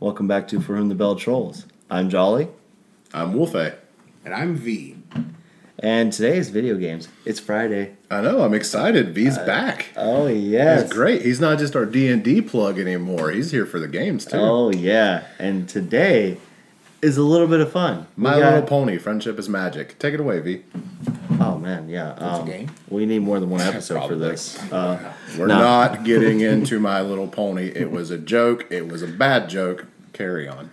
Welcome back to For Whom the Bell Trolls. I'm Jolly, I'm Wolfe. And I'm V. and today is video games. It's Friday. I know. I'm excited. V's back. Oh yes, That's great. He's not just our D and D plug anymore. He's here for the games too. Oh yeah, and today is a little bit of fun. We My got- Little Pony: Friendship is Magic. Take it away, V. Oh man, yeah. a Um, game? We need more than one episode for Probably. this. Uh, We're No. not getting into My Little Pony. It was a joke. It was a bad joke. Carry on.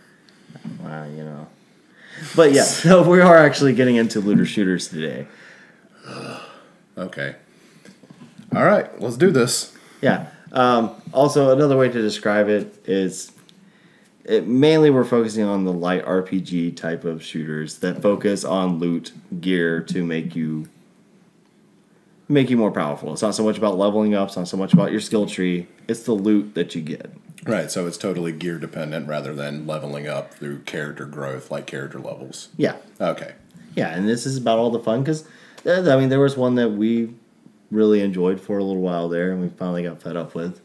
wow, you know. But yeah, so we are actually getting into looter shooters today. Okay. All right. Let's do this. Yeah. Um, also, another way to describe it is it mainly we're focusing on the light RPG type of shooters that focus on loot gear to make you make you more powerful. It's not so much about leveling up. It's not so much about your skill tree. It's the loot that you get. Right. So it's totally gear dependent rather than leveling up through character growth, like character levels. Yeah. Okay. Yeah, and this is about all the fun because I mean there was one that we really enjoyed for a little while there, and we finally got fed up with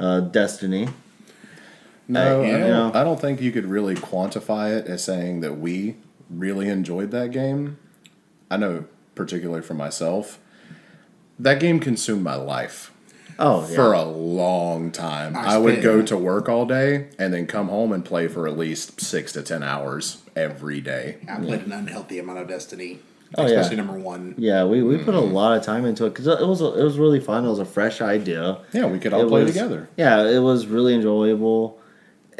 uh, Destiny. No, Uh, you I, don't, know. I don't think you could really quantify it as saying that we really enjoyed that game. I know, particularly for myself, that game consumed my life Oh yeah, for a long time. I, I would spent- go to work all day and then come home and play for at least six to ten hours every day. I played an unhealthy amount of Destiny, Oh, yeah. especially number one. yeah. We, we put a Mm-hmm. lot of time into it because it was it was really fun. It was a fresh idea. Yeah, we could all play was- together. Yeah, it was really enjoyable.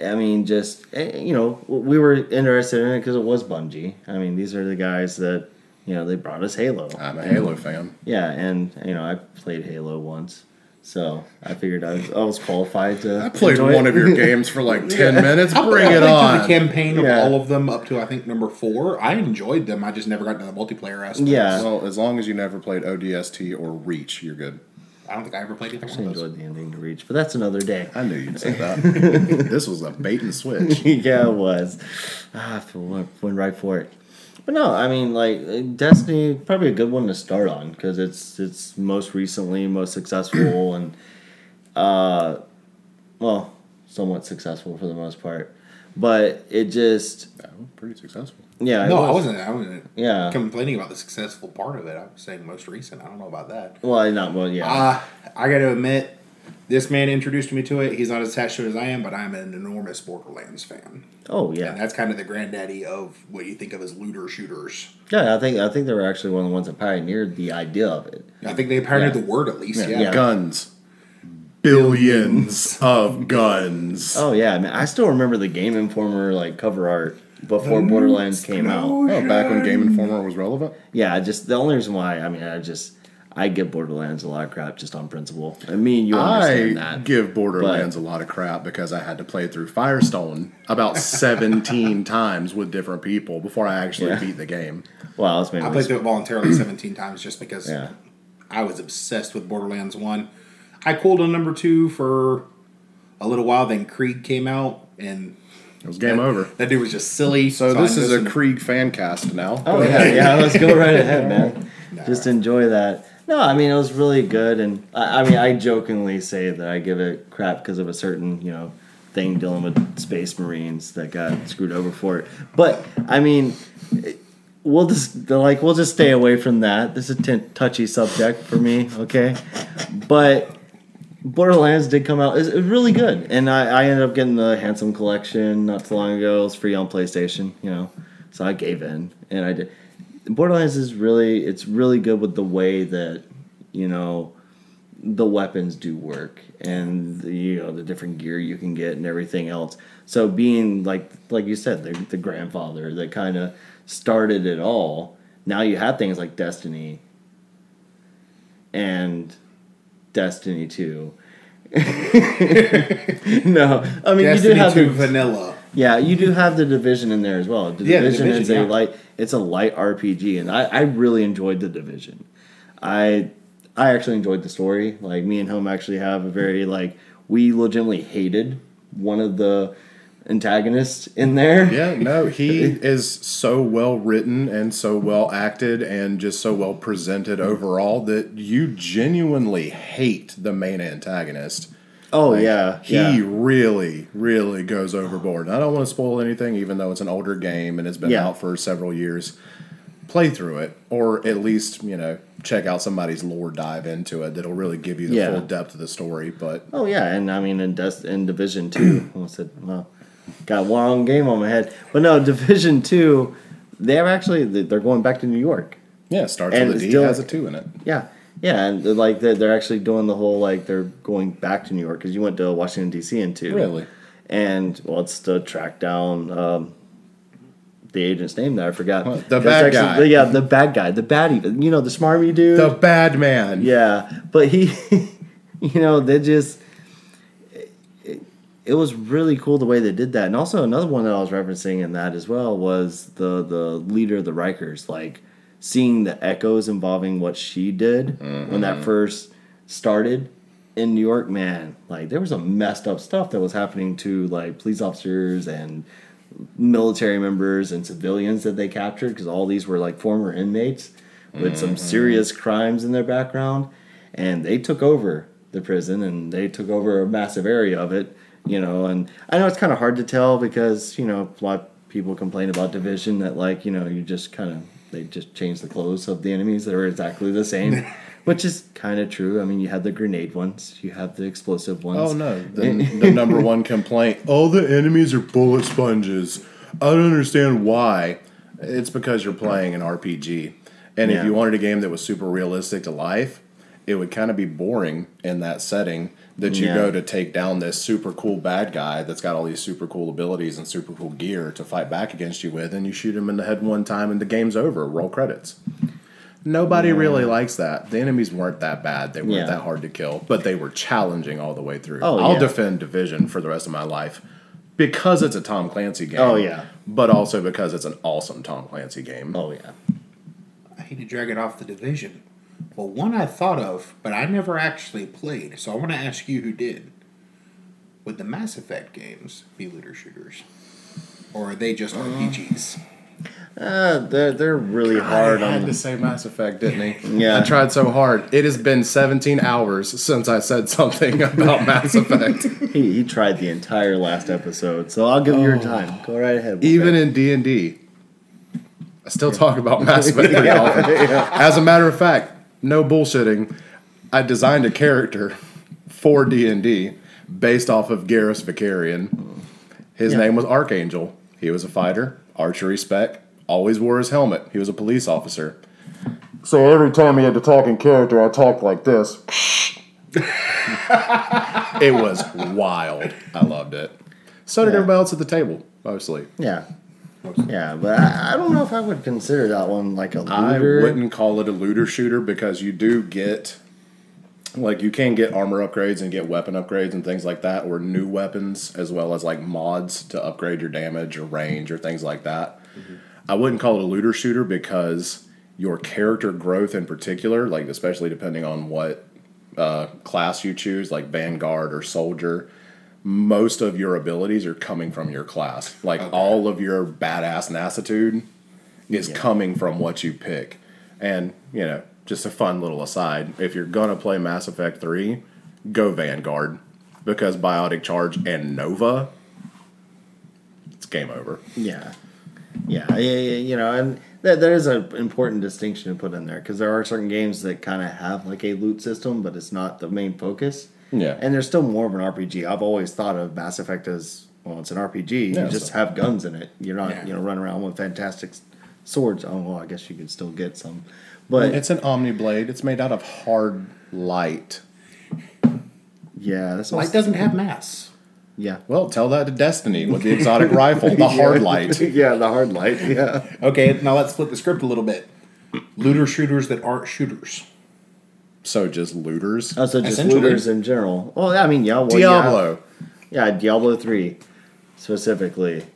I mean, just eh, you know, we were interested in it because it was Bungie. I mean, these are the guys that you know they brought us Halo. I'm a Halo fan. Yeah, and you know I played Halo once, so I figured I was, I was qualified to. I played enjoy one it. of your games for like ten minutes. I Bring played- it I played on. through The campaign of Yeah. all of them up to I think number four. I enjoyed them. I just never got into the multiplayer aspect. Yeah, well, as long as you never played ODST or Reach, you're good. I don't think I ever played either I one of those. enjoyed the ending to Reach, but that's another day. I knew you'd say that. this was a bait and switch. yeah, it was. Ah, I went, went right for it. But no, I mean, like uh, Destiny, probably a good one to start on because it's it's most recently most successful and, uh, well, somewhat successful for the most part. But it just, Yeah, pretty successful. yeah, it No, was- I wasn't. I wasn't Yeah. complaining about the successful part of it. I was saying most recent. I don't know about that. Well, not well, yeah. Uh, I got to admit, this man introduced me to it. He's not as attached to it as I am, but I'm an enormous Borderlands fan. oh yeah. And that's kind of the granddaddy of what you think of as looter shooters. Yeah, I think I think they were actually one of the ones that pioneered the idea of it. I think they pioneered Yeah. the word at least. Yeah. yeah. Guns. Billions of guns. Oh yeah, I mean, I still remember the Game Informer like cover art before Borderlands came out. Oh, back when Game Informer was relevant? Yeah, I just the only reason why I mean I just I give Borderlands a lot of crap just on principle. I mean, you I understand that. give Borderlands a lot of crap because I had to play through Firestone about 17 times with different people before I actually Yeah. beat the game. well, I was mainly I played through it voluntarily 17 times just because Yeah. I was obsessed with Borderlands 1. I cooled on number 2 for a little while, then Krieg came out, and It was game that, over. That dude was just silly. So, this I is a listened- Krieg fan cast now. Oh yeah, yeah. Let's go right ahead, man. Just enjoy that. No, I mean it was really good, and I, I mean I jokingly say that I give it crap because of a certain you know thing dealing with space marines that got screwed over for it. But I mean, it- we'll just like we'll just stay away from that. This is a t- touchy subject for me, okay? But Borderlands did come out. It's it's really good, and I, I ended up getting the Handsome Collection not too long ago. It was free on PlayStation, you know, so I gave in, and I did. Borderlands is really it's really good with the way that you know the weapons do work, and the, you know the different gear you can get and everything else. So being like like you said, the, the grandfather that kind of started it all. Now you have things like Destiny and Destiny 2. no, I mean you do Destiny have 2 the, Vanilla. yeah, you do have the division in there as well. The Yeah, the division, Division, is a yeah. light it's a light RPG and I, I really enjoyed the division. I I actually enjoyed the story. Like me and him actually have a very like we legitimately hated one of the antagonists in there. Yeah, no, he is so well written and so well acted and just so well presented overall that you genuinely hate the main antagonist. Oh yeah, He yeah. really, really goes overboard. And I don't want to spoil anything, even though it's an older game and it's been Yeah. out for several years. Play through it, or at least you know check out somebody's lore dive into it. That'll really give you the Yeah. full depth of the story. But Oh yeah, and I mean in Dust in Division Two, almost said well, got one wrong game on my head. But no, Division Two, they're actually they're going back to New York. yeah, it starts And with a it's D, still- has a two in it. Yeah, yeah, and they're, like they're, they're actually doing the whole like they're going back to New York because you went to Washington D.C. in two, Really? and well, it's to track down um, the agent's name that I forgot. Well, the It's bad guy. yeah, the bad guy, the bad even, you know, the smarmy dude, The bad man. yeah, but he, you know, they just. it- it- It was really cool the way they did that, and also another one that I was referencing in that as well was the the leader of the Rikers, like seeing the echoes involving what she did when that first started in New York. Man, like there was some messed up stuff that was happening to like police officers and military members and civilians that they captured because all these were like former inmates with Mm-hmm. some serious crimes in their background and they took over the prison and they took over a massive area of it you know and i know it's kind of hard to tell because you know a lot of people complain about division that like you know you just kind of they just change the clothes of the enemies that are exactly the same which is kind of true i mean you have the grenade ones you have the explosive ones Oh no, the, the number one complaint. All the enemies are bullet sponges. I don't understand why. It's because you're playing an RPG, and if Yeah. you wanted a game that was super realistic to life, it would kind of be boring in that setting. That you Yeah. go to take down this super cool bad guy that's got all these super cool abilities and super cool gear to fight back against you with, and you shoot him in the head one time, and the game's over. Roll credits. Nobody really likes that. The enemies weren't that bad. They weren't Yeah. that hard to kill, but they were challenging all the way through. Oh, I'll yeah. defend Division for the rest of my life because it's a Tom Clancy game. Oh, yeah. But also because it's an awesome Tom Clancy game. oh yeah I hate to drag it off the division. Well, one I thought of, but I never actually played, so I want to ask you who did. Would the Mass Effect games be looter shooters? Or are they just RPGs? uh, they're, they're really hard I on had to say Mass Effect, didn't he? Yeah. I tried so hard. It has been 17 hours since I said something about Mass Effect. He, he tried the entire last episode, so I'll give you your time. Go right ahead. Oh. Even in D and D, I still talk about Mass Effect pretty often. As a matter of fact, no bullshitting. I designed a character for D and D based off of Garrus Vicarian. His Yeah. name was Archangel. He was a fighter, archery spec. Always wore his helmet. He was a police officer. So every time he had to talk in character, I talked like this. it was wild. I loved it. So did Yeah. everybody else at the table, mostly. yeah, yeah, but I, I don't know if I would consider that one like a looter. I wouldn't call it a looter shooter because you do get like you can get armor upgrades and get weapon upgrades and things like that or new weapons as well as like mods to upgrade your damage or range or things like that. I wouldn't call it a looter shooter because your character growth in particular, like especially depending on what uh, class you choose, like vanguard or soldier, most of your abilities are coming from your class. Like all of your badass nassitude is coming from what you pick. And, you know, just a fun little aside if you're going to play Mass Effect 3, go Vanguard because Biotic Charge and Nova, it's game over. Yeah, yeah, yeah, yeah, you know, and that there is an important distinction to put in there because there are certain games that kind of have like a loot system, but it's not the main focus. Yeah. and there's still more of an RPG. I've always thought of Mass Effect as well. It's an RPG. Yeah, you just so- have guns in it. You're not Yeah. you know running around with fantastic s- swords. Oh well, I guess you could still get some, but It's an Omni Blade, it's made out of hard light. yeah, that's Light doesn't have mass. Yeah. Well, tell that to Destiny with the exotic rifle, the hard light. yeah, the hard light. Yeah. Okay, now let's flip the script a little bit. Looter shooters that aren't shooters. So just looters. Oh, so just Essentially. looters in general. Well, I mean, yeah. Well, Diablo, Yeah, yeah Diablo 3 specifically.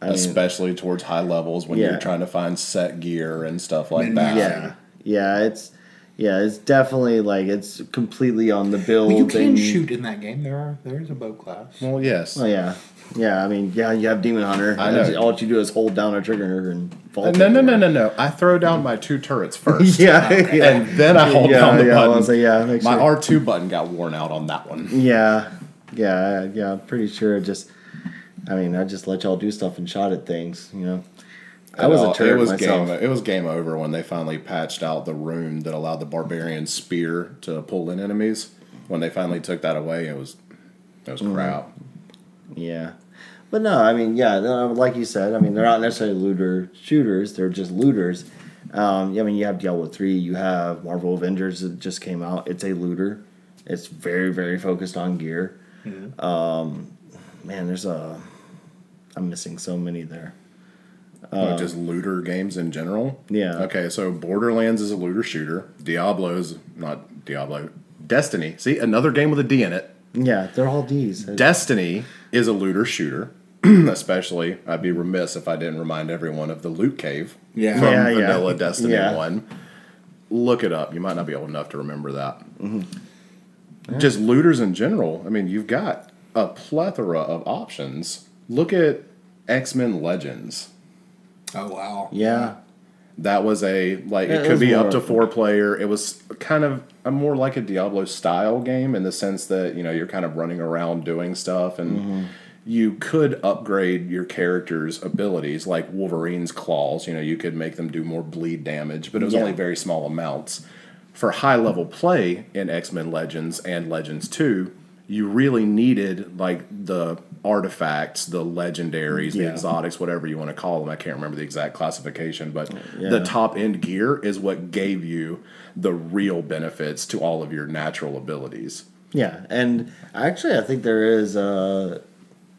I mean, especially towards high levels when Yeah. you're trying to find set gear and stuff like And that. yeah. Yeah, it's yeah, it's definitely like it's completely on the build. Well, you can and- shoot in that game. There are there is a bow class. Well, yes. Oh yeah. Yeah, I mean, yeah, you have Demon Hunter. I and know. All you do is hold down a trigger and fall. Uh, No, no, no, no, no. I throw down my two turrets first. Yeah, yeah. And then I hold yeah, down the yeah, I button. was like, yeah, make My sure- R two button got worn out on that one. Yeah, yeah, yeah. I'm pretty sure. It just, I mean, I just let y'all do stuff and shot at things. You know, I was a It turret was myself. Game, it was game over when they finally patched out the room that allowed the barbarian spear to pull in enemies. When they finally took that away, it was it was Mm-hmm. crap. Yeah, but no, I mean, yeah, no, like you said, I mean, they're not necessarily looter shooters; they're just looters. Um, I mean, you have Diablo three, you have Marvel Avengers that just came out. It's a looter. It's very very focused on gear. Mm-hmm. Um, man, there's a. I'm missing so many there. Like, just looter games in general. Uh, Yeah. Okay, so Borderlands is a looter shooter. Diablo's not Diablo. Destiny. See, another game with a D in it. Yeah, they're all D's. Destiny is a looter shooter. Especially, I'd be remiss if I didn't remind everyone of the loot cave Yeah. from Yeah, yeah. Vanilla Destiny Yeah. One. Look it up. You might not be old enough to remember that. Just looters in general. I mean, you've got a plethora of options. Look at X Men Legends. Oh wow. Yeah, That was a like Yeah, it it could was be more up to of- four player. It was kind of a more like a Diablo style game in the sense that you know you're kind of running around doing stuff and Mm-hmm. you could upgrade your character's abilities like Wolverine's claws. You know you could make them do more bleed damage, but it was Yeah. only very small amounts. For high level play in X Men Legends and Legends Two, you really needed like the artifacts, the legendaries, the Yeah. exotics, whatever you want to call them. I can't remember the exact classification, but the Yeah. top end gear is what gave you the real benefits to all of your natural abilities. Yeah, and actually, I think there is. Uh,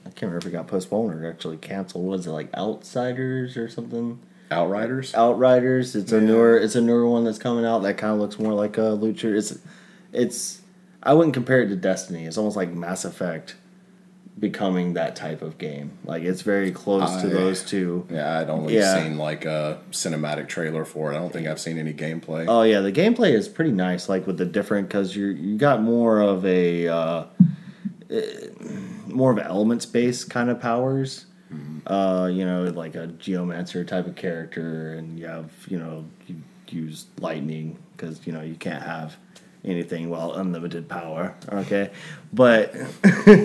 I can't remember if it got postponed or actually canceled. Was it like Outsiders or something? Outriders. Outriders. It's a newer. It's a newer one that's coming out that kind of looks more like a loot shooter. It's, it's. I wouldn't compare it to Destiny. It's almost like Mass Effect, becoming that type of game. Like it's very close to I- those two. Yeah, I'd only Yeah. seen like a cinematic trailer for it. I don't think I've seen any gameplay. Oh yeah, the gameplay is pretty nice. Like with the different, because you you got more of a uh, eh, more of elements based kind of powers. Uh, you know, like a geomancer type of character, and you have you know you use lightning because you know you can't have anything while unlimited power. Okay, but I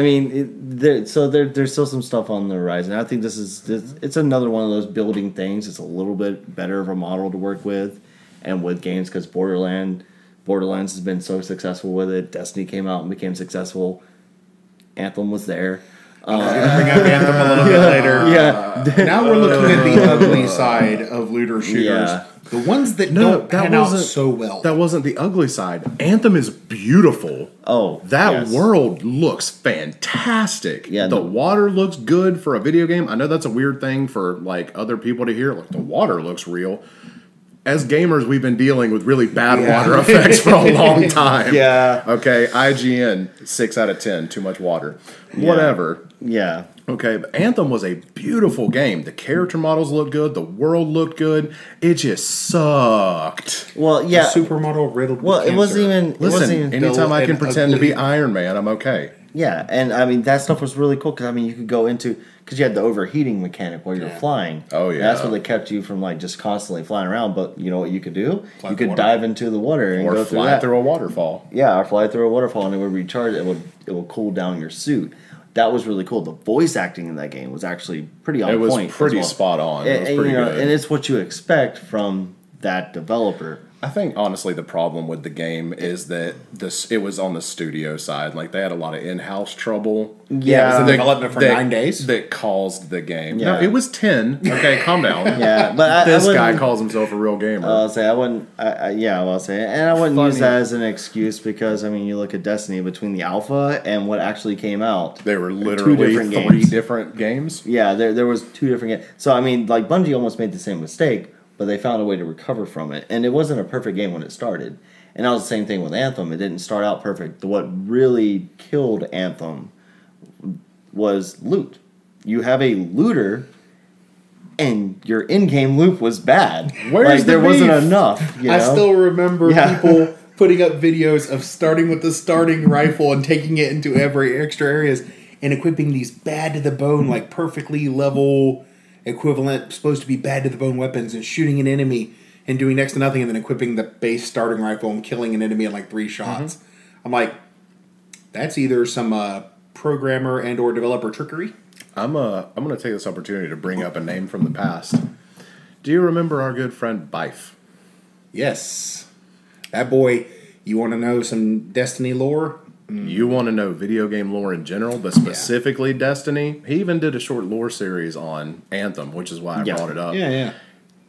mean, it, there, so there, there's still some stuff on the horizon. I think this is this, it's another one of those building things. It's a little bit better of a model to work with, and with games because Borderland, Borderlands has been so successful with it. Destiny came out and became successful. Anthem was there. Uh, Bring up Anthem a little bit later. yeah, Now we're looking at the ugly side of looter shooters. uh, Yeah. The ones that No, don't that pan out wasn't- so well. That wasn't the ugly side. Anthem is beautiful. Oh, that yes. world looks fantastic. Yeah, the no- water looks good for a video game. I know that's a weird thing for like other people to hear. Like the water looks real. As gamers, we've been dealing with really bad Yeah. water effects for a long time. Yeah. Okay. IGN six out of ten. Too much water. Whatever. yeah, Okay, but Anthem was a beautiful game. The character models looked good. The world looked good. It just sucked. well, yeah. Supermodel riddled. well, with it wasn't cancer. even. It wasn't Listen, even, anytime dull I can and pretend to ugly. be Iron Man, I'm okay. Yeah, and I mean that stuff was really cool because I mean you could go into because you had the overheating mechanic while you were Yeah. flying. Oh, And that's yeah. what they kept you from like just constantly flying around. But you know what you could do? Fly you through could water. dive into the water and Or go through, fly that. through a waterfall. Yeah, or fly through a waterfall and it would recharge. It would it will cool down your suit. That was really cool. The voice acting in that game was actually pretty on It was point. as pretty well. spot on. It And- was and, pretty you know, good. and it's what you expect from that developer. I think honestly the problem with the game is that this it was on the studio side. Like they had a lot of in-house trouble. Yeah, it was in That- development for nine days? That caused the game. Yeah. No, it was ten. Okay, calm down. Yeah, Uh, but I, I this guy wouldn't- calls himself a real gamer. I'll say I wouldn't. I, I, yeah, I'll say, and I wouldn't use Funny. that as an excuse because I mean, you look at Destiny between the alpha and what actually came out. they were literally different three games. different games. Yeah, there there was two different. ga- So I mean, like Bungie almost made the same mistake, but they found a way to recover from it, and it wasn't a perfect game when it started. And that was the same thing with Anthem. It didn't start out perfect. What really killed Anthem was loot. You have a looter, and your in-game loot was bad. Where's like the there wasn't beef? enough. You I know? still remember Yeah. people putting up videos of starting with the starting rifle and taking it into every extra areas and equipping these bad to the bone, like perfectly level equivalent, supposed to be bad to the bone weapons, and shooting an enemy and doing next to nothing, and then equipping the base starting rifle and killing an enemy in like three Mm-hmm. shots. I'm like, that's either some uh, programmer and or developer trickery. I'm uh, I'm going to take this opportunity to bring up a name from the past. Do you remember our good friend Bife? Yes, that boy. You want to know some Destiny lore? You want to know video game lore in general, but specifically Destiny? He even did a short lore series on Anthem, which is why I Yeah. brought it up. yeah.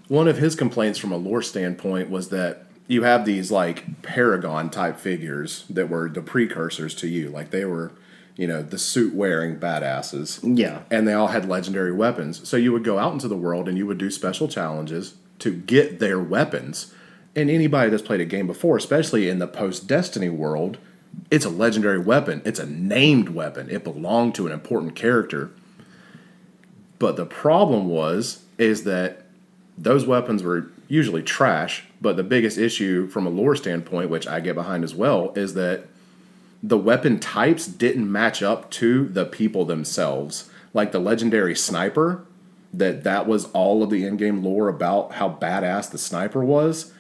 One of his complaints from a lore standpoint was that you have these like paragon type figures that were the precursors to you. Like they were, you know, the suit wearing badasses. Yeah. And they all had legendary weapons. So you would go out into the world and you would do special challenges to get their weapons. And anybody that's played a game before, especially in the post Destiny world, it's a legendary weapon. It's a named weapon. It belonged to an important character. But the problem was is that those weapons were usually trash, but the biggest issue from a lore standpoint, which I get behind as well, is that the weapon types didn't match up to the people themselves. Like the legendary sniper, that that was all of the in-game lore about how badass the sniper was.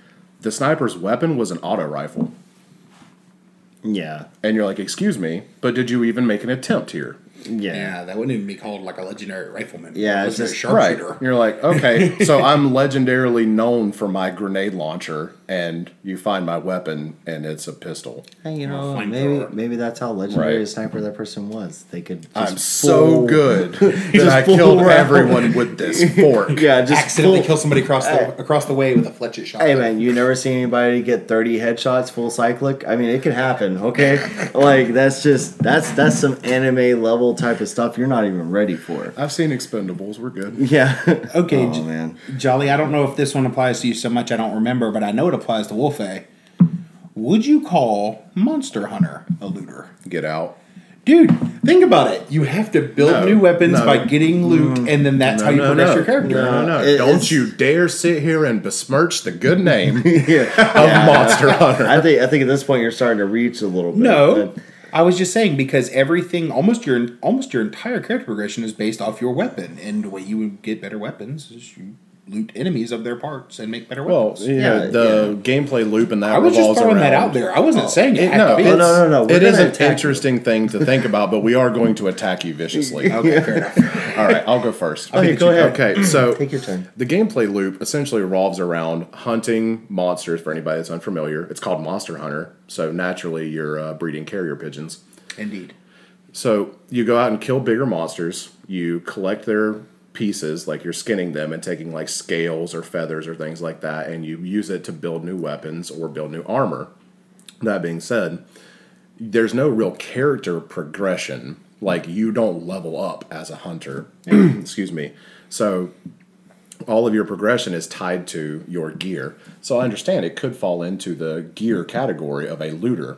The sniper's weapon was an auto rifle. Yeah. And you're like, "Excuse me, but did you even make an attempt here?" Yeah. Yeah, that wouldn't even be called like a legendary rifleman. Yeah, a it's legendary just- Right. sharpshooter. You're like, okay, so I'm legendarily known for my grenade launcher, and you find my weapon, and it's a pistol. Hey, you know, flamethrower. maybe maybe that's how legendary Right. a sniper that person was. They could. Just I'm so full- good that Just I full killed round. everyone with this fork. Yeah, just Accidentally full- kill somebody across the across the way with a Fletcher shot. Hey man, you never seen anybody get 30 headshots full cyclic? I mean, it can happen, okay? like that's just that's that's some anime level type of stuff you're not even ready for. I've seen Expendables. We're good. Yeah. Okay, Oh j- man. Jolly, I don't know if this one applies to you so much. I don't remember, but I know it applies to Wolfe. Would you call Monster Hunter a looter? Get out. Dude, think about it. You have to build No, new weapons no. by getting loot, and then that's how you progress your character. No, no, It- Don't it's- you dare sit here and besmirch the good name of Yeah. Monster Hunter. I think I think at this point you're starting to reach a little bit. No, but- I was just saying because everything, almost your almost your entire character progression is based off your weapon, and the way you would get better weapons is you loot enemies of their parts and make better Well, weapons. you know, Yeah, the gameplay loop and that I was just revolves throwing around. that out there. I wasn't saying it. It- had to no, be. it's- Oh, no, no, no, we're It gonna is an attack you. interesting thing to think about, but we are going to attack you viciously. All Okay, fair enough. right, I'll go first. Okay, go ahead. Okay, so Take your turn. The gameplay loop essentially revolves around hunting monsters. For anybody that's unfamiliar, it's called Monster Hunter. So naturally, you're uh, breeding carrier pigeons. Indeed. So you go out and kill bigger monsters. You collect their pieces, like you're skinning them and taking like scales or feathers or things like that, and you use it to build new weapons or build new armor. That being said, there's no real character progression. Like you don't level up as a hunter. Excuse me. So all of your progression is tied to your gear. So I understand it could fall into the gear category of a looter.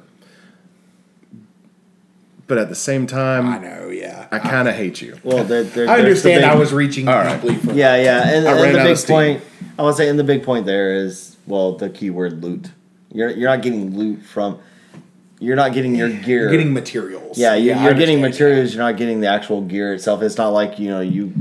But at the same time, I know. Yeah. I kind of hate you. Well, there, there, I there's the understand. big- I was reaching deeply for. Yeah, yeah, and, I and ran the out of big steam. point I would say, and the big point there is well, the keyword loot. You're you're not getting loot from. You're not getting your gear. You're getting materials. yeah, you, I you're getting understand. materials. You're not getting the actual gear itself. It's not like you know you.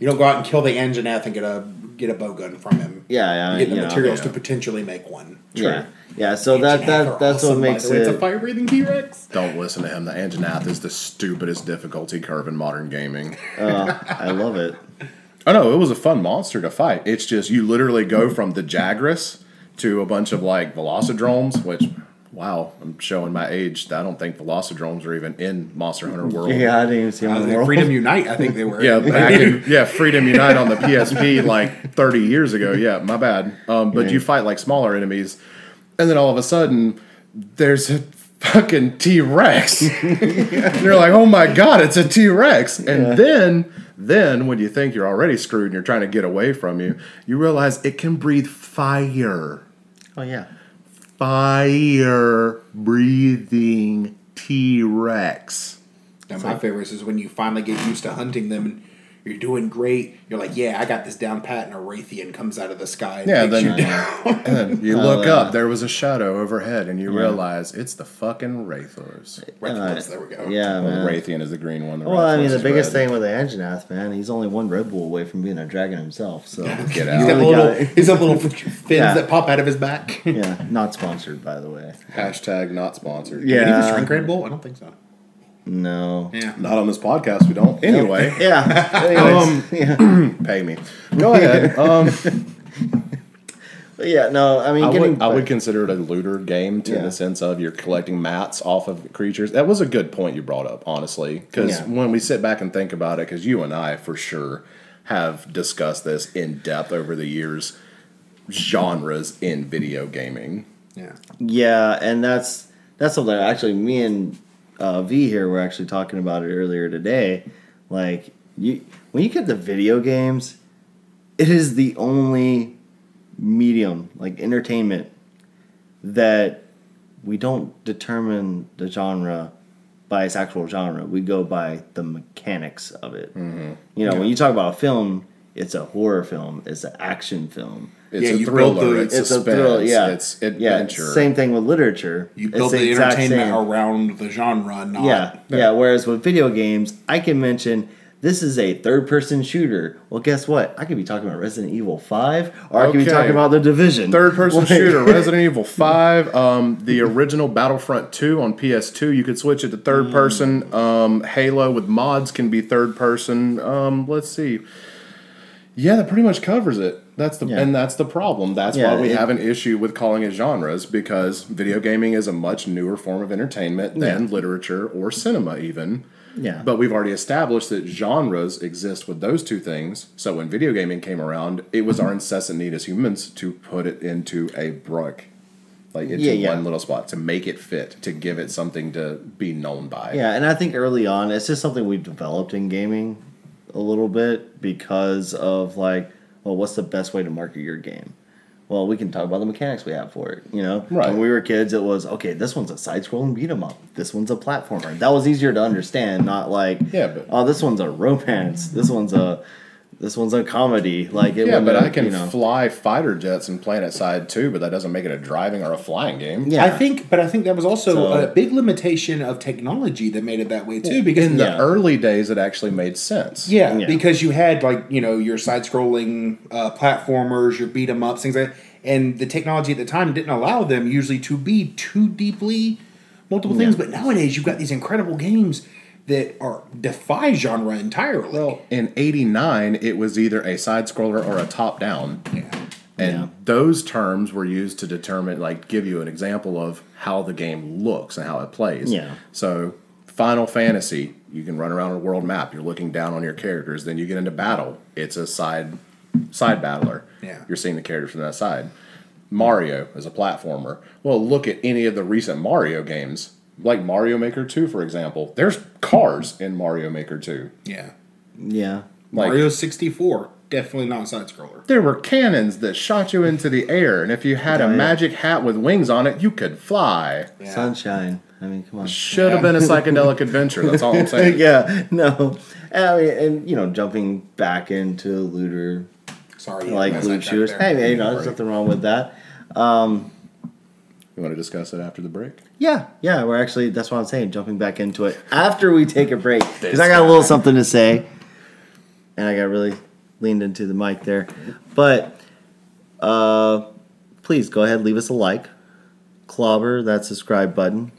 You don't go out and kill the Anjanath and get a get a bow gun from him. Yeah, yeah, You get the yeah, materials yeah. to potentially make one. Yeah, yeah. So that Anjanath are that that's awesome, what by makes the way. It's a it. fire breathing T Rex. Don't listen to him. The Anjanath is the stupidest difficulty curve in modern gaming. uh, I love it. Oh no, it was a fun monster to fight. It's just you literally go from the Jagras to a bunch of like Velocidromes, which wow, I'm showing my age. I don't think Velocidromes are even in Monster Hunter World. Yeah, I didn't even see him I in think the world. Uh, Freedom Unite. I think they were. Yeah, back in, yeah, Freedom Unite on the PSP like 30 years ago. Yeah, my bad. Um, but Yeah. you fight like smaller enemies, and then all of a sudden, there's a fucking T Rex. and you're like, oh my god, it's a T Rex. And then, then when you think you're already screwed and you're trying to get away from you, you realize it can breathe fire Oh yeah. fire breathing T Rex. Now, my favorites is when you finally get used to hunting them and You're doing great. You're like, yeah, I got this down pat, and a Raytheon comes out of the sky and Yeah, takes then- you down. And then you Oh, look yeah. up, there was a shadow overhead, and you realize it's the fucking Wraithors. Reckless, there we go. Uh, Yeah, Well, man. the Raytheon is the green one. The Well, I Wraithors mean, the is biggest red. thing with the Anjanath, man, he's only one Red Bull away from being a dragon himself. So, Get He's out. got the really little, got it. he's got little fins Yeah. that pop out of his back. Can yeah, not sponsored, by the way. Hashtag not sponsored. Yeah. he even shrink Red Bull? I don't think so. No. Yeah. Not on this podcast, we don't. Anyway, Yeah. Anyways, um, yeah. pay me. Go ahead. Um, But yeah, no, I mean, I, getting. would, I would consider it a looter game to Yeah. the sense of you're collecting mats off of creatures. That was a good point you brought up, honestly, because Yeah. when we sit back and think about it, because you and I for sure have discussed this in depth over the years, genres in video gaming. Yeah. Yeah, and that's that's something. Actually, me and uh, V here were actually talking about it earlier today. Like you, when you get the video games, it is the only medium, like entertainment, that we don't determine the genre by its actual genre. We go by the mechanics of it. You know, when you talk about a film, it's a horror film, it's an action film It's Yeah, a you build thriller. the- it's, it's suspense. a thrill, yeah. It's adventure. Yeah, same thing with literature. You It's build the, exact entertainment same. around the genre, not yeah, yeah. Whereas with video games, I can mention this is a third-person shooter. Well, guess what? I could be talking about Resident Evil Five, or I could be Okay. talking about The Division. Third person Like- shooter, Resident Evil 5, um, the original Battlefront 2 on PS2. You could switch it to third person. Um, Halo with mods can be third person. Um, let's see. Yeah, that pretty much covers it. That's the Yeah. and that's the problem. That's Yeah, why we it- have an issue with calling it genres because video gaming is a much newer form of entertainment than literature or cinema even. Yeah. But we've already established that genres exist with those two things. So when video gaming came around, it was our incessant need as humans to put it into a brook, like into Yeah, yeah. one little spot to make it fit, to give it something to be known by. Yeah, and I think early on, it's just something we've developed in gaming a little bit because of like, well, what's the best way to market your game? Well, we can talk about the mechanics we have for it. You know, Right. when we were kids, it was okay. This one's a side-scrolling beat 'em up. This one's a platformer. That was easier to understand. Not like, Yeah, but- oh, this one's a romance. This one's a, this one's a comedy. Like, it Yeah, but wouldn't- I can you know, fly fighter jets and Planet Side too, but that doesn't make it a driving or a flying game. Yeah. I think, but I think that was also So- a big limitation of technology that made it that way too. Because In the Yeah. early days, it actually made sense. yeah, Yeah. because you had like you know your side-scrolling uh, platformers, your beat 'em ups, things like, that. and the technology at the time didn't allow them usually to be too deeply multiple things. But nowadays, you've got these incredible games that are defy genre entirely. Well, in '89, it was either a side scroller or a top down. And Yeah. those terms were used to determine, like, give you an example of how the game looks and how it plays. Yeah. So, Final Fantasy, you can run around a world map. You're looking down on your characters. Then you get into battle. It's a side side battler. Yeah. You're seeing the characters from that side. Mario is a platformer. Well, look at any of the recent Mario games, like Mario Maker 2, for example. There's cars in Mario Maker 2. yeah, yeah, Like, Mario sixty-four definitely not a side-scroller. there were cannons that shot you into the air, and if you had a Yeah. magic hat with wings on it, you could fly. Yeah. sunshine. I mean, come on. Should have been a psychedelic adventure. That's all I'm saying. yeah, no, I mean, and you know, jumping back into looter Sorry, like yeah, loot sidetracked shooters. there. Hey, man, you know, there's nothing wrong with that. You want to discuss it after the break? Yeah, yeah, we're actually, that's what I'm saying, jumping back into it after we take a break. Because I got a little something to say. And I got really leaned into the mic there. But uh, please go ahead, leave us a like, clobber that subscribe button,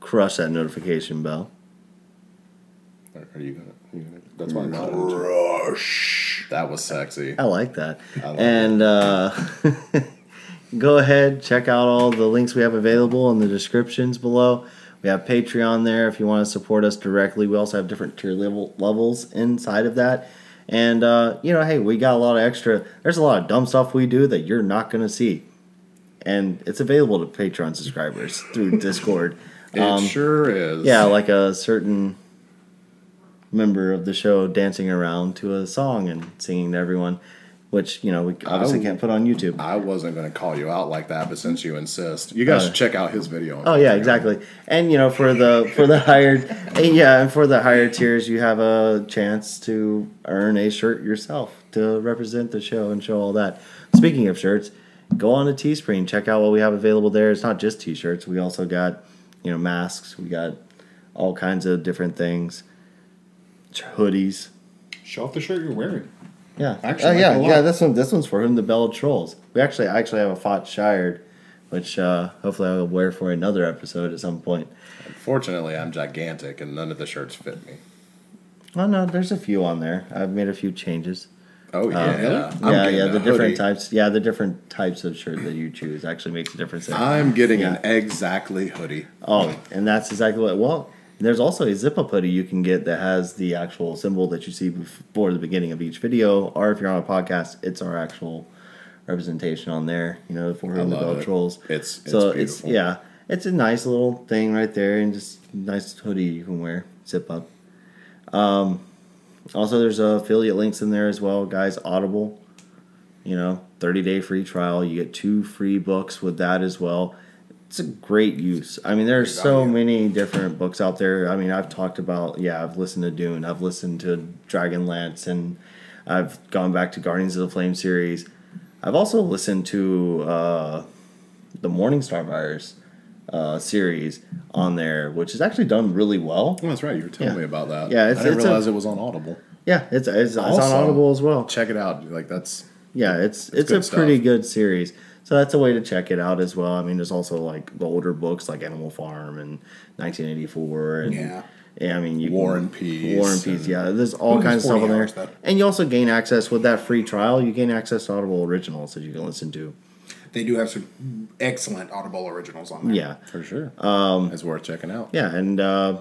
crush that notification bell. Or Are you gonna? You gonna that's why I'm not. That was sexy. I like that. like and uh, go ahead, check out all the links we have available in the descriptions below. We have Patreon there if you want to support us directly. We also have different tier level levels inside of that. And uh, you know, hey, we got a lot of extra. There's a lot of dumb stuff we do that you're not going to see, and it's available to Patreon subscribers through Discord. Um, It sure is. Yeah, like a certain member of the show dancing around to a song and singing to everyone. which you know we obviously Oh. can't put on YouTube. I wasn't going to call you out like that, but since you insist, you guys Uh, should check out his video. on Oh yeah, Patreon. exactly. And you know for the for the hired, and yeah, and for the higher tiers, you have a chance to earn a shirt yourself to represent the show and show all that. Speaking of shirts, go on to Teespring, check out what we have available there. It's not just t-shirts. We also got you know masks. We got all kinds of different things, hoodies. Show off the shirt you're wearing. Yeah. Actually, oh, like yeah, a lot. yeah. This one, this one's for whom the bell trolls. We actually, I actually have a Fought Shired, which uh, hopefully I will wear for another episode at some point. Fortunately, I'm gigantic, and none of the shirts fit me. Oh no, there's a few on there. I've made a few changes. Oh yeah, really? I'm yeah, getting yeah. a The different hoodie. types. Yeah, the different types of shirt that you choose actually makes a difference. there. I'm getting Yeah. an exactly hoodie. Oh, and that's exactly what. Well, there's also a zip up hoodie you can get that has the actual symbol that you see before the beginning of each video, or if you're on a podcast, it's our actual representation on there. You know, for whom the love bell it. trolls. It's- it's so beautiful. it's yeah, it's a nice little thing right there, and just nice hoodie you can wear, zip up. Um, also, there's affiliate links in there as well, guys. Audible you know 30 day free trial you get two free books with that as well it's a great use i mean there's Great so value. many different books out there i mean i've talked about yeah i've listened to dune i've listened to dragonlance and i've gone back to guardians of the flame series i've also listened to uh, the morningstar virus uh, series on there which is actually done really well Oh, that's right. You were telling Yeah. me about that. Yeah, it's- I didn't it's a- realize it was on Audible. yeah it's, it's, it's on Also- audible as well Check it out. Like that's Yeah, it's it's, good a pretty stuff. good series. So that's a way to check it out as well. I mean, there's also like the older books like Animal Farm and 1984 and Yeah. yeah, I mean, you War can- and Peace War and Peace. and- Yeah, there's all Well, kinds of stuff there's on 40 there, hours, though. and you also gain access with that free trial. You gain access to Audible originals that you can listen to. They do have some excellent Audible originals on there. Yeah, for sure. Um, it's worth checking out. yeah, and uh,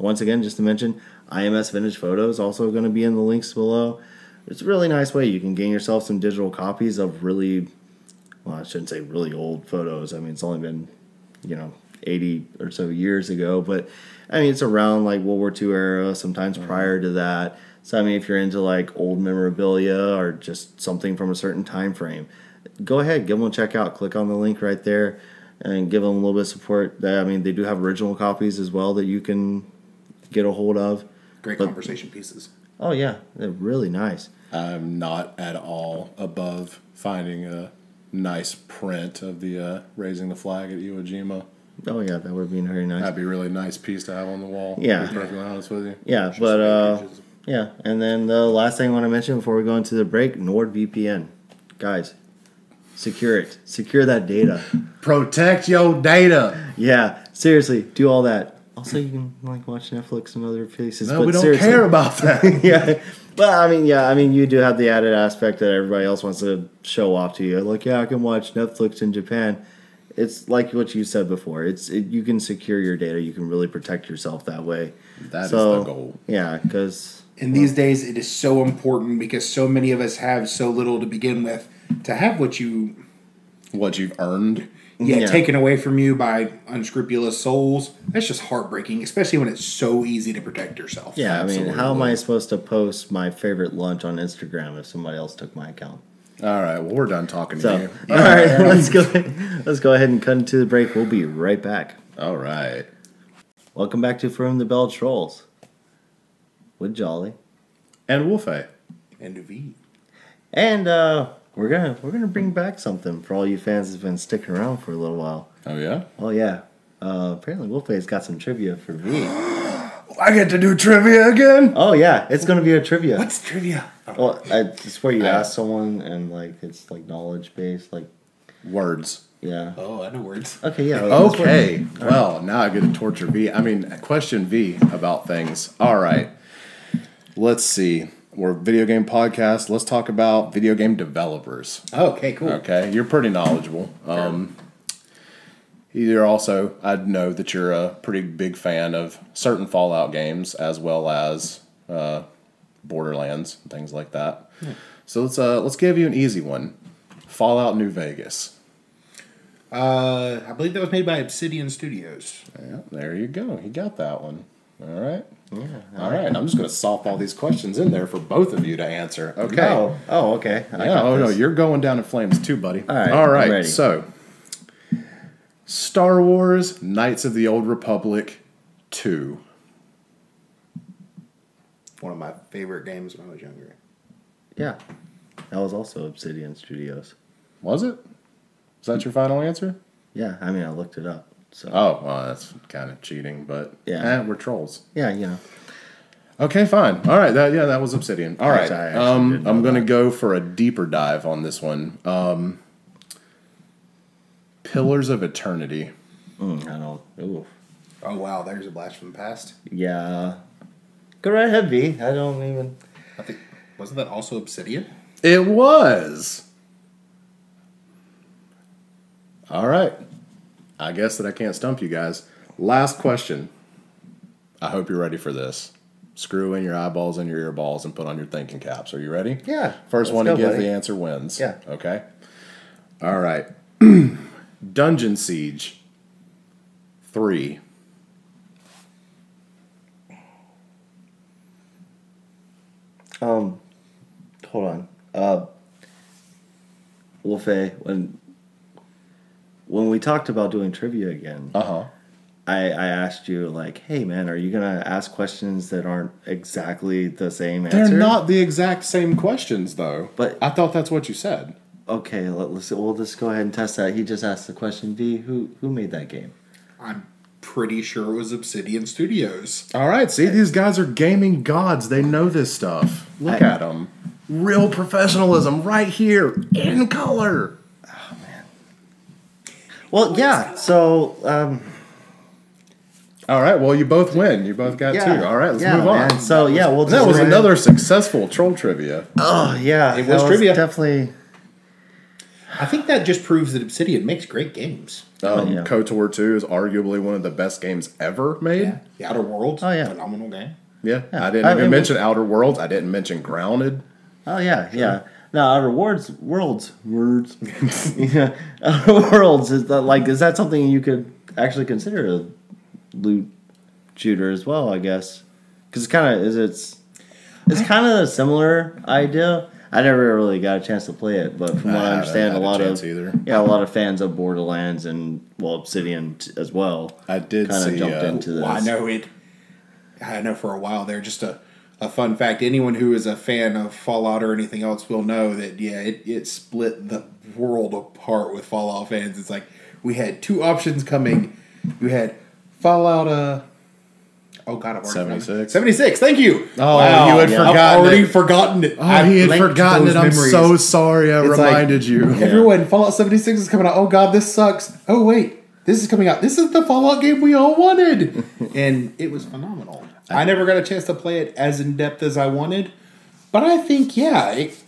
once again, just to mention, IMS Vintage Photo is also going to be in the links below. It's a really nice way you can gain yourself some digital copies of really, well, I shouldn't say really old photos. I mean, it's only been, you know, 80 or so years ago, but I mean, it's around like World War II era, sometimes prior to that. So, I mean, if you're into like old memorabilia or just something from a certain time frame, go ahead, give them a check out. Click on the link right there and give them a little bit of support. I mean, they do have original copies as well that you can get a hold of. Great But- conversation pieces. Oh, yeah, they're really nice. I'm not at all above finding a nice print of the uh, raising the flag at Iwo Jima. Oh, yeah, that would have been very nice. That'd be a really nice piece to have on the wall. Yeah. To be perfectly honest with you. Yeah, but uh, yeah, and then the last thing I want to mention before we go into the break: NordVPN, guys, secure it, secure that data. Protect your data. Yeah, seriously, do all that. Also, you can like watch Netflix and other places. No, but we don't seriously, care about that. yeah. Well, I mean, yeah, I mean, you do have the added aspect that everybody else wants to show off to you. Like, yeah, I can watch Netflix in Japan. It's like what you said before. It's it, you can secure your data. You can really protect yourself that way. That is So, the goal. Yeah, because And these days, it is so important because so many of us have so little to begin with. To have what you what you've earned. get Yeah. taken away from you by unscrupulous souls, that's just heartbreaking, especially when it's so easy to protect yourself. Yeah, I mean, how am Absolutely. I supposed to post my favorite lunch on Instagram if somebody else took my account? All right. Well, we're done talking So, to you. all right, let's go. Let's go ahead and cut into the break. We'll be right back. All right. Welcome back to From the Bell Trolls with Jolly, And Wolfie. And to be. and uh, we're gonna we're gonna bring back something for all you fans that've been sticking around for a little while. Oh yeah. Oh yeah, uh, apparently Wolfe's got some trivia for me. I get to do trivia again. Oh yeah, it's gonna be a trivia. What's trivia? Well, I, it's where you ask someone and like it's like knowledge based, like Words. yeah. Oh, I know words. Okay, yeah. that's what- Okay. Well, now I get to torture V. I mean, question V about things. All right. Let's see. We're a video game podcast. Let's talk about video game developers. Okay, cool. Okay, you're pretty knowledgeable. Um, you're also, I know that you're a pretty big fan of certain Fallout games as well as uh, Borderlands and things like that. So let's uh, let's give you an easy one. Fallout New Vegas. Uh, I believe that was made by Obsidian Studios. Yeah, there you go. He got that one. All right. All right. I'm just going to softball these questions in there for both of you to answer. Okay. Oh, oh, okay. I Yeah, got oh no, this. you're going down in flames too, buddy. All right, All right. I'm ready. So, Star Wars Knights of the Old Republic 2. One of my favorite games when I was younger. Yeah, that was also Obsidian Studios. Was it? Is that your final answer? Yeah, I mean, I looked it up. So Oh, well, that's kind of cheating, but Yeah. eh, we're trolls. yeah, you know, Okay, fine. All right, that yeah, that was Obsidian. All right, Yes, I actually did um, know I'm gonna that. go for a deeper dive on this one. Um, Pillars of Eternity. Mm, Hmm. I don't. Ooh, Oh wow, there's a blast from the past. yeah. Go right ahead, V. I don't even. I think wasn't that also Obsidian? It was. All right. I guess that I can't stump you guys. Last question. I hope you're ready for this. Screw in your eyeballs and your earballs and put on your thinking caps. Are you ready? Yeah. 1st one to go, give buddy. the answer wins. Yeah. Okay. All right. Dungeon Siege 3. Um, hold on. Uh, Wolfe, when when we talked about doing trivia again, Uh huh. I, I asked you like, "Hey, man, are you gonna ask questions that aren't exactly the same They're answer?" not the exact same questions, though. But- I thought that's what you said. Okay, let, us We'll just go ahead and test that. He just asked the question. V, who who made that game? I'm pretty sure it was Obsidian Studios. All right, see, these guys are gaming gods. They know this stuff. Look I- at them. Real professionalism right here in color. Well, yeah. So, um, All right, well, you both win. You both got yeah. two. All right, let's yeah, move on. man. So, yeah, we'll that just was go ahead- another successful troll trivia. Oh, yeah, It that was trivia. Definitely. I think that just proves that Obsidian makes great games. Um, yeah. KOTOR 2 is arguably one of the best games ever made. Yeah, The Outer Worlds, Oh, yeah. phenomenal game. I didn't I even mean, mention Outer Worlds. I didn't mention Grounded. Oh yeah, yeah. Now, Outer Worlds, worlds, words. yeah, Outer Worlds is that like is that something you could actually consider a loot shooter as well? I guess because it's kind of is it's it's kind of a similar idea. I never really got a chance to play it, but from what I, haven't understand, a had a lot chance of either. yeah, a lot of fans of Borderlands and well, Obsidian t- as well. I did kind of see, jumped uh, into this. Well, I know it. I know for a while there. Just a, a fun fact. Anyone who is a fan of Fallout or anything else will know that yeah, it, it split the world apart with Fallout fans. It's like we had two options coming. You had Fallout. Uh, oh God, I've already 76. Seventy six. Thank you. Oh, you had I've forgotten already it. forgotten it. Oh, he had blanked forgotten those it. I'm memories. so sorry I It's like- reminded you. Everyone, Fallout 76 is coming out. Oh god, this sucks. Oh wait, this is coming out. This is the Fallout game we all wanted. and it was phenomenal. I never got a chance to play it as in depth as I wanted, but I think yeah, it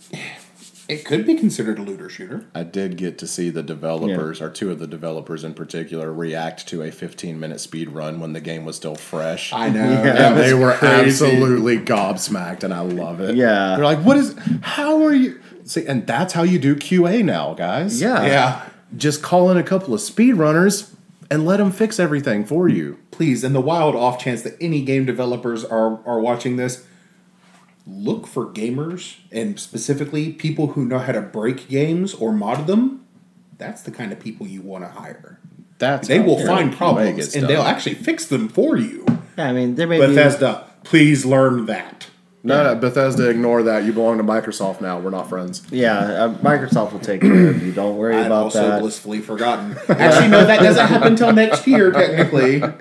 it could be considered a looter shooter. I did get to see the developers, or two of the developers in particular, react to a 15 minute speed run when the game was still fresh. I know. and they were crazy. absolutely gobsmacked, and I love it. Yeah. They're like, what is, how are you? See, and that's how you do QA now, guys. Yeah. Yeah. Just call in a couple of speedrunners and let them fix everything for you. Please, in the wild off chance that any game developers are are watching this, look for gamers and specifically people who know how to break games or mod them. That's the kind of people you want to hire. That's They how will QA find problems gets and done. they'll actually fix them for you. Yeah, I mean, there may be Bethesda, please learn that. No, no, Bethesda, ignore that. You belong to Microsoft now. We're not friends. yeah, uh, Microsoft will take care of you. Don't worry I've about also that. blissfully forgotten. Actually, no, that doesn't happen until next year, technically. Well,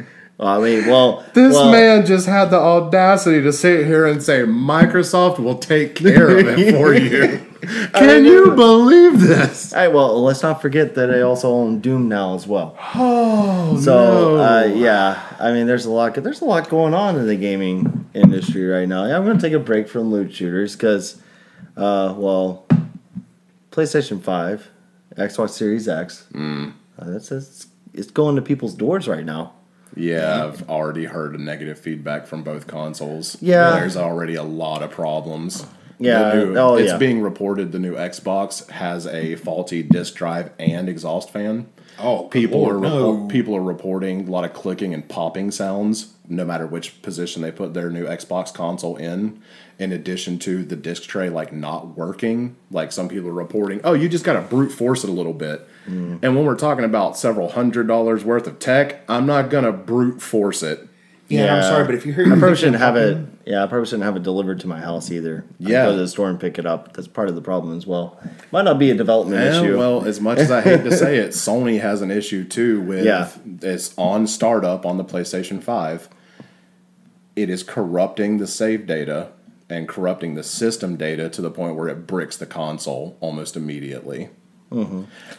I mean, well, This well, man just had the audacity to sit here and say Microsoft will take care of it for you. Can you believe this? All right, well, let's not forget that I also own Doom now as well. Oh So, no! uh, yeah, I mean, there's a lot. There's a lot going on in the gaming industry right now. Yeah, I'm going to take a break from loot shooters because, uh, well, PlayStation Five, Xbox Series X. Mm. uh, that's it's, it's going to people's doors right now. yeah, I've already heard negative feedback from both consoles. Yeah. there's already a lot of problems. Yeah, The new- oh, it's yeah. being reported the new Xbox has a faulty disk drive and exhaust fan. Oh, good people Lord, oh, are uh, no. people are reporting a lot of clicking and popping sounds, no matter which position they put their new Xbox console in. In addition to the disc tray like not working, like some people are reporting, oh, you just got to brute force it a little bit. And when we're talking about several hundred dollars worth of tech, I'm not gonna brute force it. Yeah, Yeah. I'm sorry, but if you hear, I probably shouldn't have it. Yeah, I probably shouldn't have it delivered to my house either. I'd Yeah. go to the store and pick it up. That's part of the problem as well. Might not be a development Yeah, issue. well, as much as I hate to say it, Sony has an issue too with Yeah. it's on startup on the PlayStation 5. It is corrupting the save data and corrupting the system data to the point where it bricks the console almost immediately. Mm-hmm.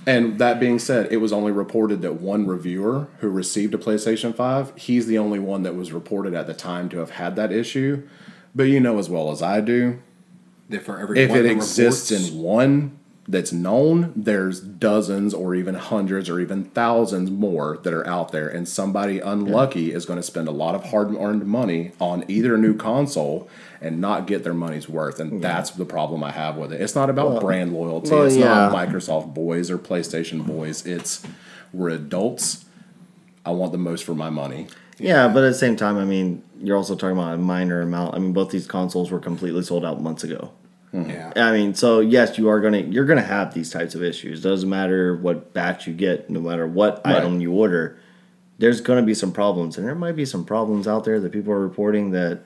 And that being said, it was only reported that one reviewer who received a PlayStation 5, he's the only one that was reported at the time to have had that issue. But you know as well as I do, that for every if one it that exists reports- in one that's known, there's dozens or even hundreds or even thousands more that are out there, and somebody unlucky is going to spend a lot of hard-earned money on either new console and not get their money's worth, and that's the problem I have with it. It's not about brand loyalty. well, it's not yeah. Microsoft boys or PlayStation boys. It's we're adults. I want the most for my money. yeah, but at the same time, I mean, you're also talking about a minor amount. I mean, both these consoles were completely sold out months ago. yeah. I mean, so yes, you are gonna you're gonna have these types of issues. Doesn't matter what batch you get, no matter what Right. item you order, there's gonna be some problems, and there might be some problems out there that people are reporting that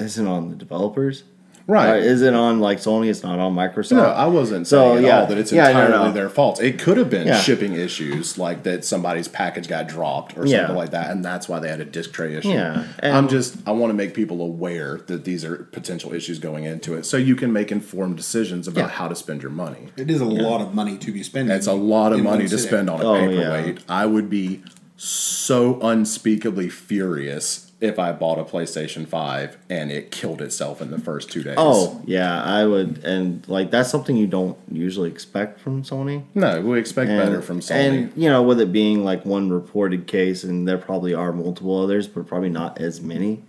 isn't on the develers. Right. Uh, isn't on like Sony. It's not on Microsoft. No, I wasn't So, saying at yeah. all that it's Yeah, no, entirely no. their fault. It could have been Yeah. shipping issues, like that somebody's package got dropped or Yeah. something like that, and that's why they had a disc tray issue. Yeah, and- I'm just I want to make people aware that these are potential issues going into it, so you can make informed decisions about Yeah. how to spend your money. It is a lot of money to be spending. It's a lot of in money to one sitting. spend on a Oh, yeah. paperweight. I would be so unspeakably furious if I bought a PlayStation Five and it killed itself in the first two days. Oh yeah, I would, and like that's something you don't usually expect from Sony. no, we expect And- better from Sony. And you know, with it being like one reported case, and there probably are multiple others, but probably not as many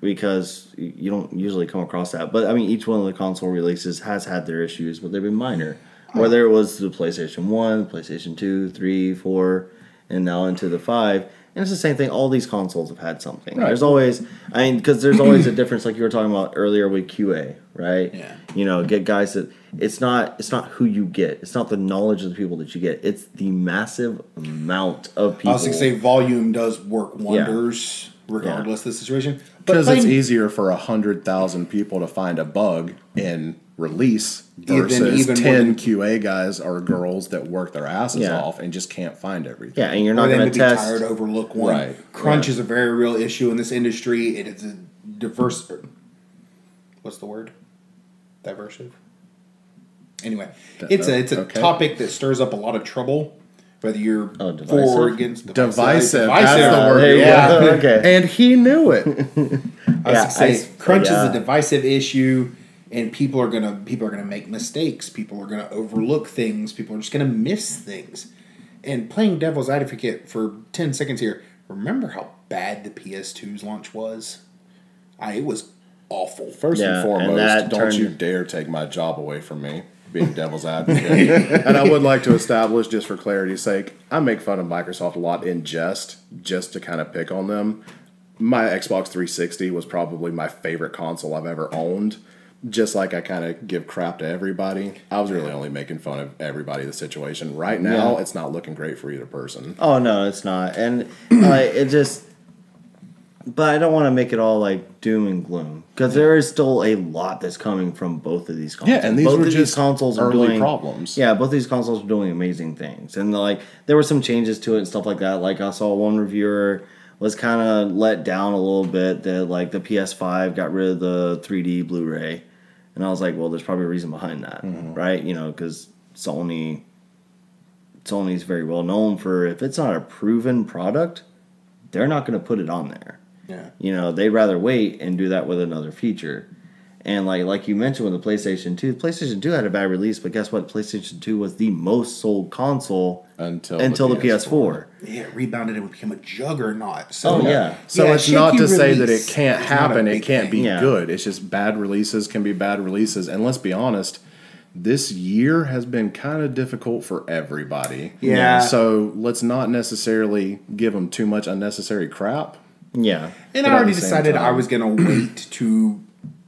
because y- you don't usually come across that. But I mean, each one of the console releases has had their issues, but they've been minor. Whether it was the PlayStation One, PlayStation Two, Three, Four, and now into the Five, and it's the same thing. All these consoles have had something. Right. There's always, I mean, because there's always a difference, like you were talking about earlier with QA, right? Yeah. you know get guys that it's not it's not who you get it's not the knowledge of the people that you get it's the massive amount of I people was gonna say volume does work wonders, regardless of the situation. But Because it's playing- easier for a hundred thousand people to find a bug in release Even- versus even more ten than- QA guys or girls that work their asses Yeah. off and just can't find everything. yeah and you're Or not they going may to be test tired, overlook one. Right, Crunch is a very real issue in this industry. It is a diverse. er, What's the word? Diversive. Anyway, it's a it's a okay. topic that stirs up a lot of trouble, whether you're Oh, for or divisive? against Divisive. Yeah, That's the word. there you Yeah. go. okay And he knew it. I was Yeah, gonna say, I- crunch yeah. is a divisive issue, and people are gonna people are gonna make mistakes. People are gonna overlook things. People are just gonna miss things. And playing devil's advocate for ten seconds here, remember how bad the PS2's launch was? I it was awful. First Yeah, and and foremost, that don't turned- you dare take my job away from me. Being devil's advocate. and I would like to establish, just for clarity's sake, I make fun of Microsoft a lot in jest, just to kind of pick on them. my Xbox 360 was probably my favorite console I've ever owned. Just like I kind of give crap to everybody, I was really only making fun of everybody. The situation right now, Yeah. it's not looking great for either person. oh no it's not and like it just but i don't want to make it all like doom and gloom because there is still a lot that's coming from both of these consoles Yeah, and these both were of just early problems. Yeah, both these consoles are doing amazing things, and like there were some changes to it and stuff like that. Like I saw one reviewer was kind of let down a little bit that like the PS5 got rid of the 3D Blu-ray, and I was like, well, there's probably a reason behind that, Mm-hmm. right? You know, because Sony, Sony's very well known for if it's not a proven product, they're not going to put it on there. Yeah. You know, they'd rather wait and do that with another feature. And like like you mentioned with the PlayStation 2, PlayStation 2 had a bad release, but guess what? PlayStation 2 was the most sold console until until the PS4. Yeah, it rebounded and became a juggernaut. So Oh yeah. So Yeah, it's not to shaky say that it release can't is not a happen. It big can't be thing. Yeah. good. It's just bad releases can be bad releases. And let's be honest, this year has been kind of difficult for everybody. Yeah. So let's not necessarily give them too much unnecessary crap. Yeah. But And I at already the same decided I time- was going to wait to,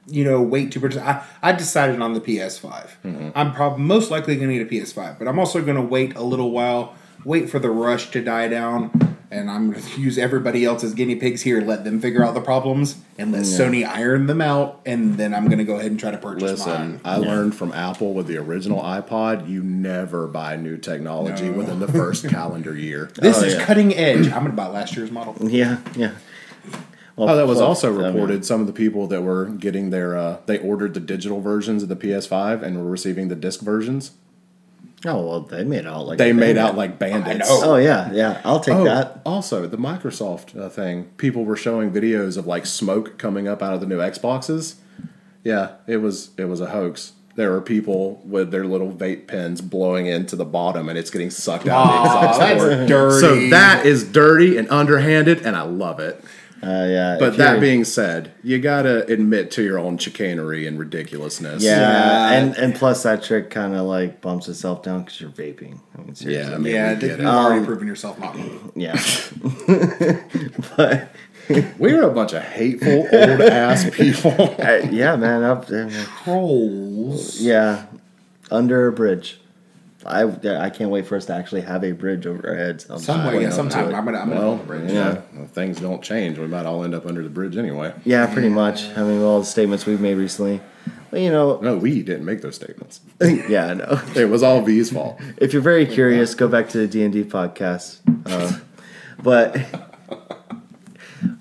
you know, wait to purchase. I, I decided on the PS5. Mm-hmm. I'm probably most likely going to need a PS5, but I'm also going to wait a little while, wait for the rush to die down, and I'm going to use everybody else as guinea pigs here, let them figure out the problems, and let Sony iron them out, and then I'm going to go ahead and try to purchase Listen, mine. I learned from Apple with the original iPod, you never buy new technology No. within the first calendar year. This Oh, is yeah. cutting edge. I'm going to buy last year's model. Yeah, yeah. Well, Oh, that was fuck, also I mean, reported. Some of the people that were getting their, uh, they ordered the digital versions of the PS5 and were receiving the disc versions. oh well, they made out like They a made bandit. out like bandits. know. Oh yeah, yeah. I'll take Oh, that. also the Microsoft uh, thing. People were showing videos of like smoke coming up out of the new Xboxes. Yeah, it was it was a hoax. There were people with their little vape pens blowing into the bottom, and it's getting sucked out. of the Aw, exhaust Ah, that's port. dirty. So that is dirty and underhanded, and I love it. Uh, yeah. But if that you're- being said, you gotta admit to your own chicanery and ridiculousness. yeah, Yeah. and and plus that trick kind of like bumps itself down because you're vaping. I mean, yeah, seriously. I mean, Yeah, we th- get you've it. Um, already proven yourself not. Yeah. but We're a bunch of hateful old ass people. uh, yeah, man. Up, uh, Trolls. yeah, under a bridge. I I can't wait for us to actually have a bridge over our heads. sometime. Somewhere, yeah, Up to sometime. it. I'm going to. I'm gonna Well, yeah. if things don't change, we might all end up under the bridge anyway. Yeah, pretty much. I mean, all the statements we've made recently. But, you know, No, we didn't make those statements. yeah, I know. It was all V's fault. If you're very curious, go back to the D and D podcast. Uh, but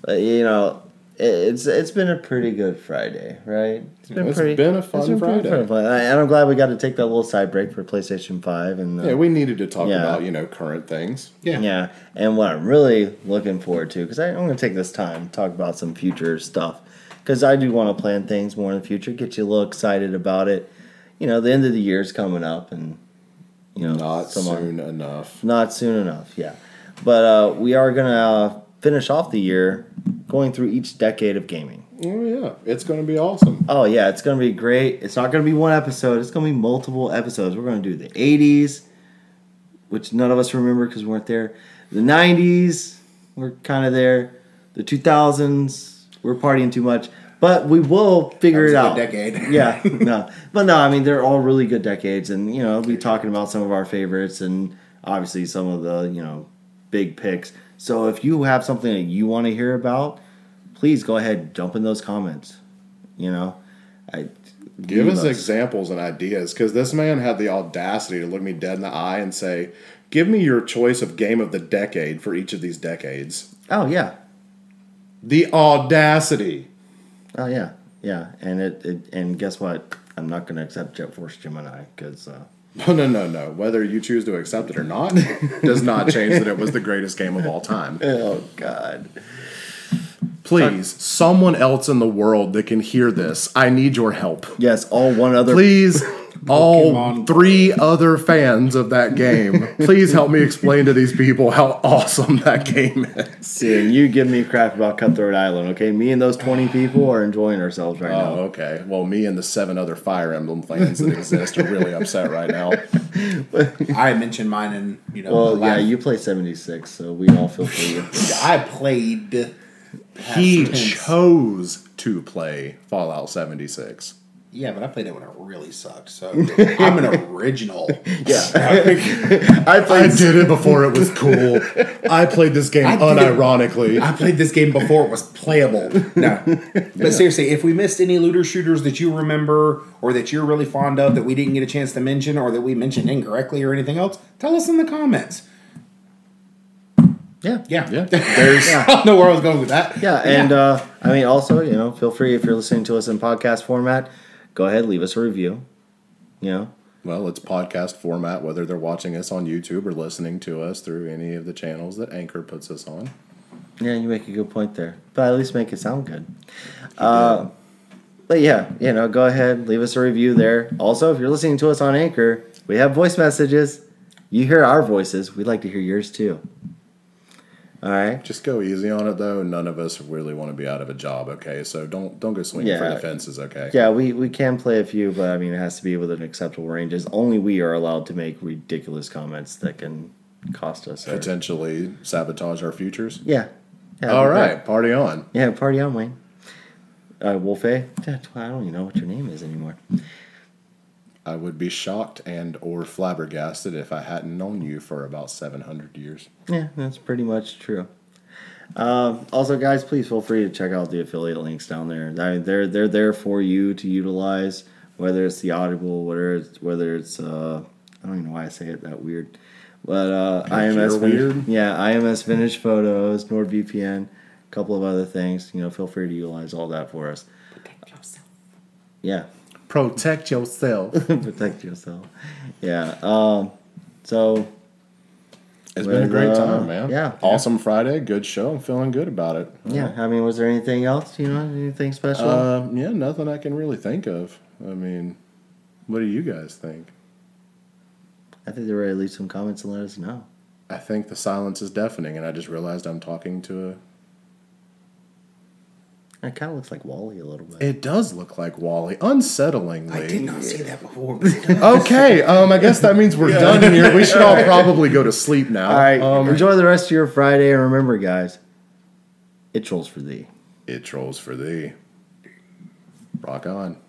but, you know, it, it's it's been a pretty good Friday, right? It's been It's been a pretty fun Friday. fun. And I'm glad we got to take that little side break for PlayStation Five and uh, Yeah, we needed to talk Yeah. about you know current things. Yeah. Yeah, and what I'm really looking forward to because I'm going to take this time to talk about some future stuff because I do want to plan things more in the future, get you a little excited about it. You know, the end of the year is coming up, and you know, Not some- soon enough. not soon enough. Yeah, but uh, we are going to uh, finish off the year going through each decade of gaming. Oh yeah, it's going to be awesome. Oh yeah, it's gonna be great. It's not gonna be one episode. It's gonna be multiple episodes. We're gonna do the '80s, which none of us remember because we weren't there. The '90s, we're kind of there. The 2000s, we're partying too much, but we will figure it That out. was a good decade. yeah, no, but no. I mean, they're all really good decades, and you know, we'll be talking about some of our favorites and obviously some of the you know big picks. So if you have something that you want to hear about, please go ahead, jump in those comments. You know, I Give you us must- examples and ideas because this man had the audacity to look me dead in the eye and say, "Give me your choice of game of the decade for each of these decades." Oh yeah, The audacity. oh yeah, yeah. And it, it and guess what? I'm not gonna accept Jet Force Gemini because uh, No, no, no, no. Whether you choose to accept it or not does not change that it was the greatest game of all time. oh god, Please, someone else in the world that can hear this, I need your help. yes, all one other. Please, all Pokemon. three other fans of that game, please help me explain to these people how awesome that game is. And you give me crap about Cutthroat Island, okay? Me and those 20 people are enjoying ourselves right now. Oh, okay. Well, me and the seven other Fire Emblem fans that exist are really upset right now. I mentioned mine in you know. Well, the yeah, last- you play 76, so we all feel for you. I played. He past tense. chose to play Fallout 76. Yeah, but I played it when it really sucked. So I'm an original. yeah, I I played. did it before it was cool. I played this game did it- unironically. I played this game before it was playable. No, but seriously, if we missed any looter shooters that you remember or that you're really fond of that we didn't get a chance to mention or that we mentioned incorrectly or anything else, tell us in the comments. Yeah. Yeah, Yeah. I don't know where I was going with that. Yeah, and Uh, I mean, also, you know, feel free if you're listening to us in podcast format, go ahead, leave us a review. You know, Well, it's podcast format, whether they're watching us on YouTube or listening to us through any of the channels that Anchor puts us on. yeah, you make a good point there, but at least make it sound good. Uh, But yeah, you know, go ahead, leave us a review there. Also, if you're listening to us on Anchor, we have voice messages. You hear our voices, we'd like to hear yours too. All right. Just go easy on it though. None of us really want to be out of a job, okay? So don't don't go swinging for Yeah. the fences, okay? Yeah, we, we can play a few, but I mean, it has to be within acceptable ranges. Only we are allowed to make ridiculous comments that can cost us. Our, Potentially sabotage our futures. yeah. yeah. All we- right, party on. Yeah, party on, Wayne. Uh, Wolfe, I don't even know what your name is anymore. I would be shocked and or flabbergasted if I hadn't known you for about 700 years. Yeah, that's pretty much true. Um, also, guys, please feel free to check out the affiliate links down there. I mean, they're they're there for you to utilize, whether it's the Audible, whether it's whether it's uh, I don't even know why I say it that weird, but uh, IMS you're Finish- weird. yeah, IMS Vintage Photos, NordVPN, a couple of other things. You know, feel free to utilize all that for us. Yeah, Protect yourself. protect yourself. Yeah. Um, so It's been a Well, great uh, time, man. yeah. Awesome Friday. Good show. I'm feeling good about it. yeah, I mean, was there anything else? You know, anything special? Uh, yeah, nothing I can really think of. I mean, what do you guys think? I think they're ready to leave some comments and let us know. I think the silence is deafening, and I just realized I'm talking to It kind of looks like Wally a little a. bit. It does look like Wally, unsettlingly. I did not see that before. Okay, um, I guess that means we're done here. We should all probably go to sleep now. All right, um, enjoy the rest of your Friday, and remember, guys, it trolls for thee. it trolls for thee. Rock on.